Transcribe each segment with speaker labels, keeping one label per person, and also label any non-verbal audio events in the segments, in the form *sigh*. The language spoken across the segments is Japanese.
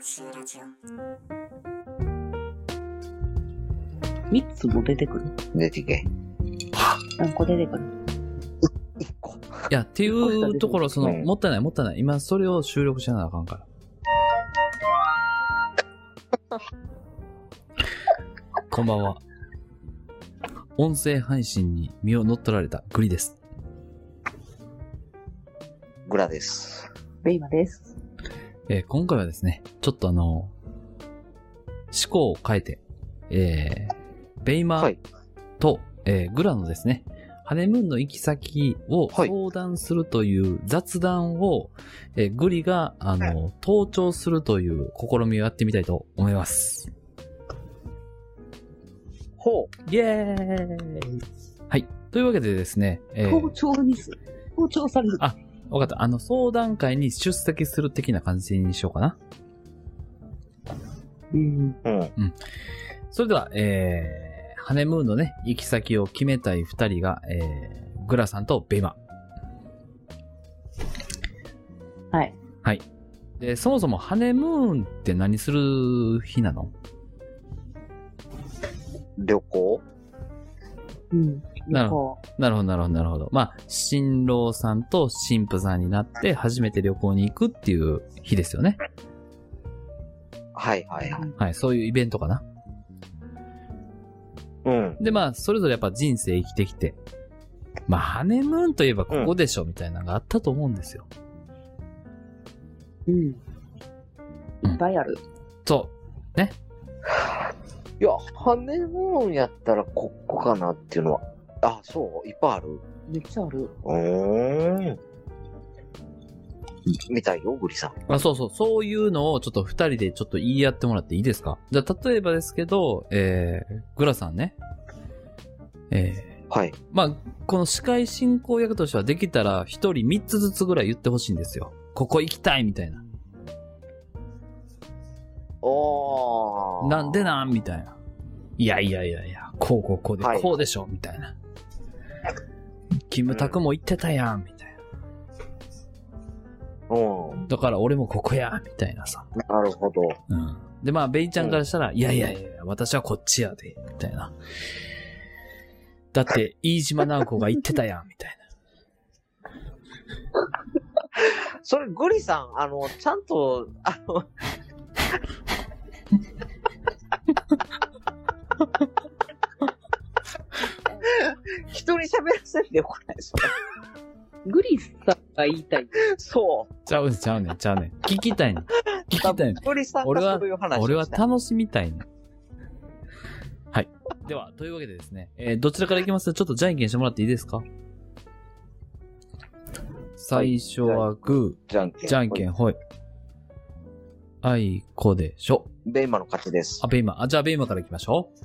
Speaker 1: シーラジオ。
Speaker 2: 3つも出てくる
Speaker 3: 出てけ。
Speaker 2: 何個出てくる
Speaker 3: 一個。
Speaker 4: いや、っていうところ、その、
Speaker 3: うん
Speaker 4: もったいない、もったいない。今、それを収録しなあかんから。
Speaker 3: *laughs*
Speaker 4: こんばんは。音声配信に身を乗っ取られたグリです。
Speaker 3: グラです。
Speaker 2: ベイマです。
Speaker 4: えー今回はですね、ちょっとあの、思考を変えて、えー、ベイマ
Speaker 3: はい。
Speaker 4: と、えーグラのですね、ハネムーンの行き先を
Speaker 3: はい
Speaker 4: 相談するという雑談を、えーグリが、あの、盗聴するという試みをやってみたいと思います。
Speaker 3: ほ
Speaker 4: イェーイはい。というわけでですね、えー
Speaker 2: 盗聴にす、盗聴される。
Speaker 4: あわかった。あの、相談会に出席する的な感じにしようかな。
Speaker 2: うん。
Speaker 3: う。うん。
Speaker 4: それでは、えー、ハネムーンのね、行き先を決めたい二人が、えー、グラさんとベイマ。
Speaker 2: はい。
Speaker 4: はい。で、そもそもハネムーンって何する日なの
Speaker 3: 旅行
Speaker 2: うん。
Speaker 4: なる
Speaker 2: ほ
Speaker 4: なるほど、なるほど、なるほど。まあ、新郎さんと新婦さんになって初めて旅行に行くっていう日ですよね。
Speaker 3: はいはいはい。
Speaker 4: はい、そういうイベントかな。
Speaker 3: うん。
Speaker 4: で、まあ、それぞれやっぱ人生生きてきて、まあ、ハネムーンといえばここでしょ、みたいなのがあったと思うんですよ。
Speaker 2: うん。いっぱいある。
Speaker 4: そう。
Speaker 3: いや、ハネムーンやったらここかなっていうのは。あ、そういっぱいある
Speaker 2: めっちゃある。
Speaker 3: うーん。みたいよ、グリさん。
Speaker 4: あそうそう、そういうのをちょっと二人でちょっと言い合ってもらっていいですかじゃあ、例えばですけど、えー、グラさんね。え
Speaker 3: はい。
Speaker 4: ー、まあ、この司会進行役としてはできたら一人三つずつぐらい言ってほしいんですよ。ここ行きたいみたいな。
Speaker 3: おー。
Speaker 4: なんでなんみたいな。いやいやいやいや、こうこうこうで、
Speaker 3: はい
Speaker 4: こうでしょみたいな。キムタクも言ってたやんみたい
Speaker 3: うん。
Speaker 4: な。だから俺もここやみたいなさ。
Speaker 3: なるほど。
Speaker 4: うん。で、まあ、ベイちゃんからしたら、いやいやいや、私はこっちやで、みたいな。だって、飯島直子が言ってたやん、 *laughs* みたい
Speaker 3: それ、グリさん、あの、ちゃんと、あの、 *laughs* 人に喋らせんでよくないそれ
Speaker 2: グリスさんが言いたい。
Speaker 3: そう
Speaker 4: な。ちゃうねん、ちゃうねん、ちゃうねん。聞きたいねん。聞きたいねん。
Speaker 3: グリさん
Speaker 4: 俺は
Speaker 3: がそういう話をしたい
Speaker 4: 俺は楽しみた *laughs* いねん。はい。では、というわけでですね、えーどちらから行きますちょっとじゃんけんしてもらっていいですか最初はグ
Speaker 3: じゃんけ
Speaker 4: ー、
Speaker 3: ん。
Speaker 4: じゃんけんほい。あいこでしょ。
Speaker 3: ベイマの勝ちです
Speaker 4: あ、。ベイマ。あ、じゃあベイマから行きましょう。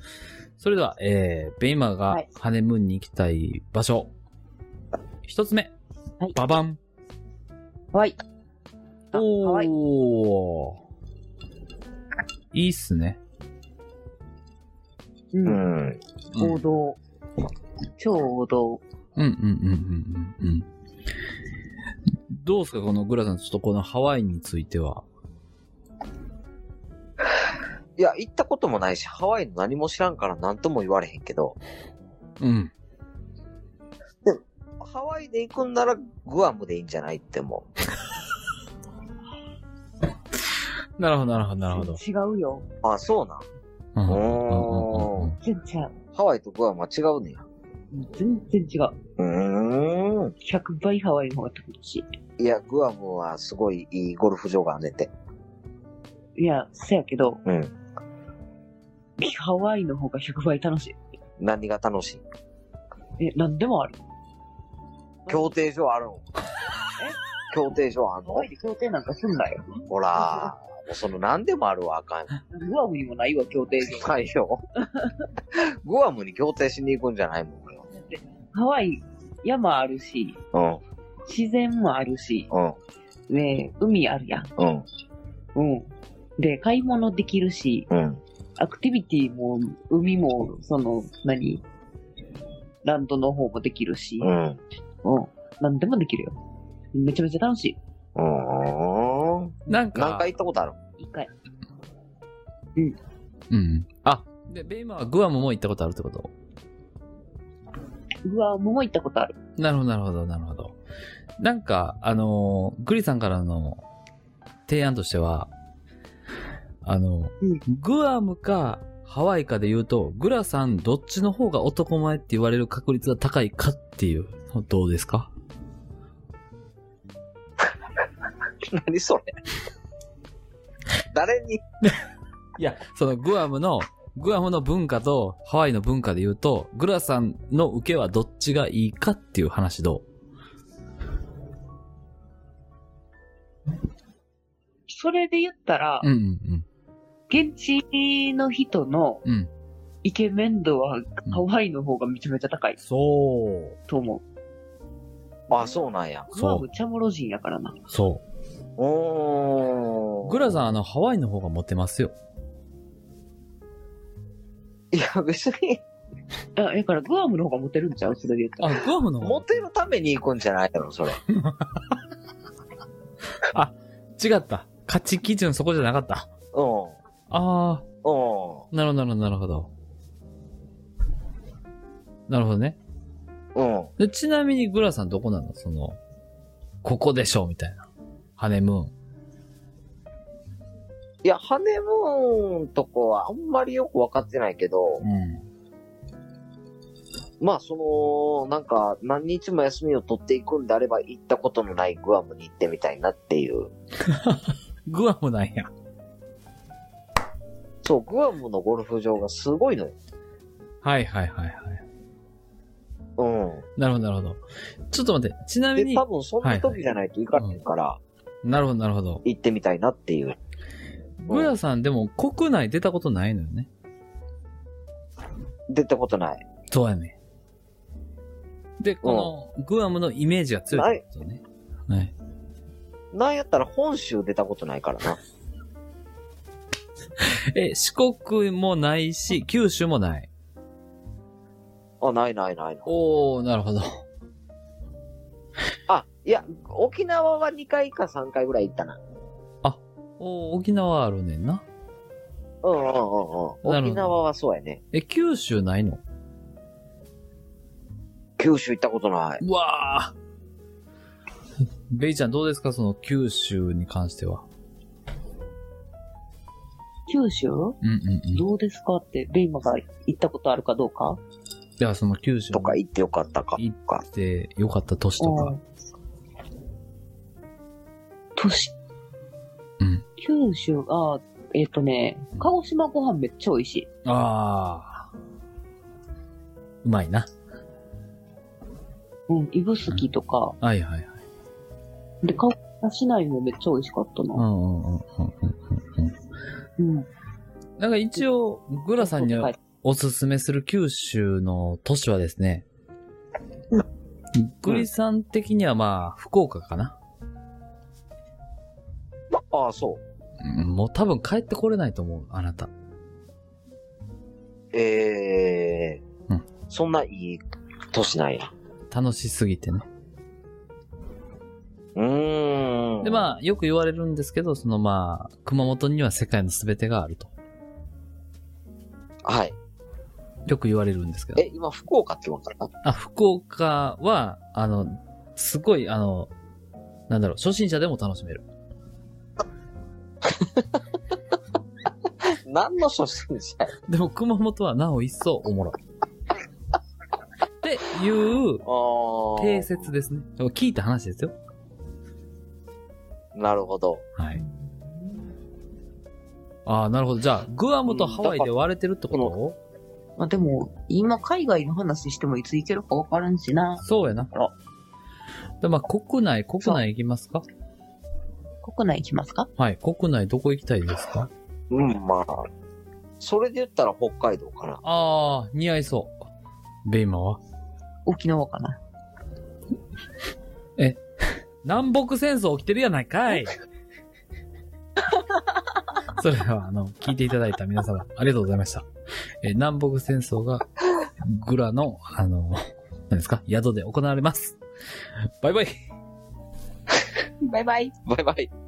Speaker 4: それでは、えー、ベイマ
Speaker 2: は
Speaker 4: が
Speaker 2: い
Speaker 4: ハネムーンに行きたい場所。一つ目。
Speaker 2: はい
Speaker 4: ババン。
Speaker 2: はい。あかわいい
Speaker 4: おー。いいっすね。
Speaker 2: う。
Speaker 3: うんん。
Speaker 4: うん
Speaker 2: 王道。超王道。
Speaker 4: うんうんうんうんうんうん。どうですかこのグラさん、ちょっとこのハワイについては。
Speaker 3: いや、行ったこともないし、ハワイの何も知らんから何とも言われへんけど、
Speaker 4: うん。
Speaker 3: ハワイで行くんならグアムでいいんじゃないって思
Speaker 4: なるほど、なるほど、なるほど。
Speaker 2: 違うよ。
Speaker 3: う。あ、そうなん。
Speaker 4: うんうんうんう
Speaker 3: お
Speaker 4: んう
Speaker 3: ー
Speaker 4: ん。
Speaker 2: 全然違う。
Speaker 3: ハワイとグアムは違うねや。
Speaker 2: うん全然違う。
Speaker 3: うーん。
Speaker 2: 100倍ハワイの方が楽し
Speaker 3: いや、グアムはすごいいいゴルフ場があんねんて。
Speaker 2: い。いや、せやけど、
Speaker 3: うん。
Speaker 2: ハワイの方が100倍楽し
Speaker 3: 何が楽しい
Speaker 2: い。え、なんでもある。
Speaker 3: 協定所ある *laughs* の協定所あん
Speaker 2: ハ
Speaker 3: の
Speaker 2: ワイで協定なんかすんなよ。
Speaker 3: ほら、もうその何でもあるわあ *laughs* かん。
Speaker 2: グアムにもないわ、協定所。
Speaker 3: ないよ。グアムに協定しに行くんじゃないもん俺
Speaker 2: ハワイ、山あるし、
Speaker 3: は。
Speaker 2: 自然もあるし、
Speaker 3: うん、
Speaker 2: ね、海あるやん。
Speaker 3: うん、
Speaker 2: うん。で、買い物できるし、
Speaker 3: うん、うん。
Speaker 2: アクティビティも、海も、その、何ランドの方もできるし、
Speaker 3: うん。
Speaker 2: うん。何でもできるよ。めちゃめちゃ楽しい。
Speaker 3: うーん。
Speaker 4: なん
Speaker 3: 何
Speaker 4: か
Speaker 3: 回、行ったことある *laughs*
Speaker 2: 一回。うん。
Speaker 4: うん。あ、で、ベイマはグアムも行ったことあるってこと
Speaker 2: うわ、もう行ったことある。
Speaker 4: なるほど、なるほど、なるほど。なんか、あのーグリさんからの提案としては、あの、
Speaker 2: うん
Speaker 4: グアムかハワイかで言うと、グラさんどっちの方が男前って言われる確率が高いかっていう、どうですか
Speaker 3: 何それ誰に
Speaker 4: いや、そのグアムの、グアムの文化とハワイの文化で言うと、グラさんの受けはどっちがいいかっていう話どう
Speaker 2: それで言ったら、
Speaker 4: うんうん
Speaker 2: 現地の人の
Speaker 4: うん。うん。
Speaker 2: イケメン度はハワイの方がめちゃめちゃ高い
Speaker 4: そう。
Speaker 2: と思う。
Speaker 3: あ、そうなんや。
Speaker 4: そう
Speaker 2: グアムチャモロ人やからな。
Speaker 4: そ
Speaker 3: お
Speaker 4: う。
Speaker 3: ー。
Speaker 4: グラさん、あの、ハワイの方がモテますよ。
Speaker 3: いや、別に、
Speaker 2: あ、だからグアムの方がモテるんちゃうそれで言ったら。
Speaker 4: あ、グアムの方
Speaker 3: モテるために行くんじゃないのそれ。
Speaker 4: 違った。価値基準そこじゃなかった。
Speaker 3: うん。
Speaker 4: あー、
Speaker 3: う
Speaker 4: なるほど、なるほど、なるほど。なるほどね。
Speaker 3: ん。うん。
Speaker 4: でちなみにグラさんどこなのその、ここでしょみたいな。ハネムーン。
Speaker 3: いや、ハネムーンとこはあんまりよくわかってないけど、
Speaker 4: うん。
Speaker 3: まあ、その、なんか、何日も休みを取っていくんであれば、行ったことのないグアムに行ってみたいなっていう。
Speaker 4: グアムなんや。
Speaker 3: そう、グアムのゴルフ場がすごいのよ。
Speaker 4: はいはいはいはい。
Speaker 3: うん。
Speaker 4: なるほど、なるほど。ちょっと待って、ちなみ
Speaker 3: で、
Speaker 4: に
Speaker 3: 多、分そんな時じゃないと行かないから、
Speaker 4: なるほど、なるほど。
Speaker 3: 行ってみたいなっていう。
Speaker 4: グラさんでも国内出たことないのよね。
Speaker 3: 出たことない。
Speaker 4: そうやね。で、この、グアムのイメージが強いってことね。はい。
Speaker 3: なんやったら本州出たことないからな。
Speaker 4: え、四国もないし、九州もない。
Speaker 3: あ、ないないないない。
Speaker 4: おー、なるほど。
Speaker 3: あ、いや、沖縄は2回か3回ぐらい行ったな。
Speaker 4: おー、沖縄あるねんな。
Speaker 3: うんうんうんうん。沖縄はそうやね。
Speaker 4: え、九州ないの
Speaker 3: 九州行ったことないう
Speaker 4: わー。 *laughs* ベイちゃんどうですかその九州に関しては。
Speaker 2: 九州
Speaker 4: うんうんうん。
Speaker 2: どうですかって、ベイマが行ったことあるかどうか
Speaker 4: ではその九州
Speaker 3: とか行ってよかったか。
Speaker 4: 行ってよかった都市とか。
Speaker 2: 都市。
Speaker 4: うん
Speaker 2: 九州が、えっ、とね、鹿児島ご飯めっちゃ美味しい。
Speaker 4: あー。うまいな。
Speaker 2: うん、指宿とか、
Speaker 4: はいはいはい。
Speaker 2: で、鹿児島市内もめっちゃ美味しかった
Speaker 4: う
Speaker 2: な。
Speaker 4: んうんうんうんうんう
Speaker 2: うん。
Speaker 4: ん。なんか一応、グラさんに
Speaker 2: はい
Speaker 4: おすすめする九州の都市はですね、グリさん的にはまあ、福岡かな。
Speaker 3: ああ、そう。
Speaker 4: うんもう多分帰ってこれないと思う、あなた。
Speaker 3: ええー
Speaker 4: うん
Speaker 3: そんないい年なんや。
Speaker 4: 楽しすぎてね。
Speaker 3: うーん。
Speaker 4: で、まあ、よく言われるんですけど、そのまあ、熊本には世界の全てがあると。
Speaker 3: あ。はい。
Speaker 4: よく言われるんですけど。
Speaker 3: え、今、福岡って言われたか
Speaker 4: あ、福岡は、あの、すごい、あの、なんだろう、初心者でも楽しめる。
Speaker 3: な何の初心者や。
Speaker 4: でも熊本はなお一層おもろい。っていう
Speaker 3: あー
Speaker 4: 定説ですね。でも聞いた話ですよ。
Speaker 3: なるほど。
Speaker 4: はい。ああ、なるほど。じゃあ、グアムとハワイで割れてるってこ
Speaker 2: まあでも、今海外の話してもいつ行けるかわからんしな
Speaker 4: と。そうやな
Speaker 2: あら。
Speaker 4: で、まあ、国内、国内行きますか
Speaker 2: 国内行きますか
Speaker 4: はい。国内どこ行きたいですか
Speaker 3: うん、まあ。それで言ったら北海道かな。
Speaker 4: ああ、似合いそう。ベイマは
Speaker 2: 沖縄かな。
Speaker 4: 南北戦争起きてるやない
Speaker 2: *laughs*
Speaker 4: かいそれでは、あの、聞いていただいた皆様、ありがとうございました。えー南北戦争が、グラの、あの、何ですか宿で行われます。バイバイ
Speaker 2: バイバイ。
Speaker 3: バイバイ。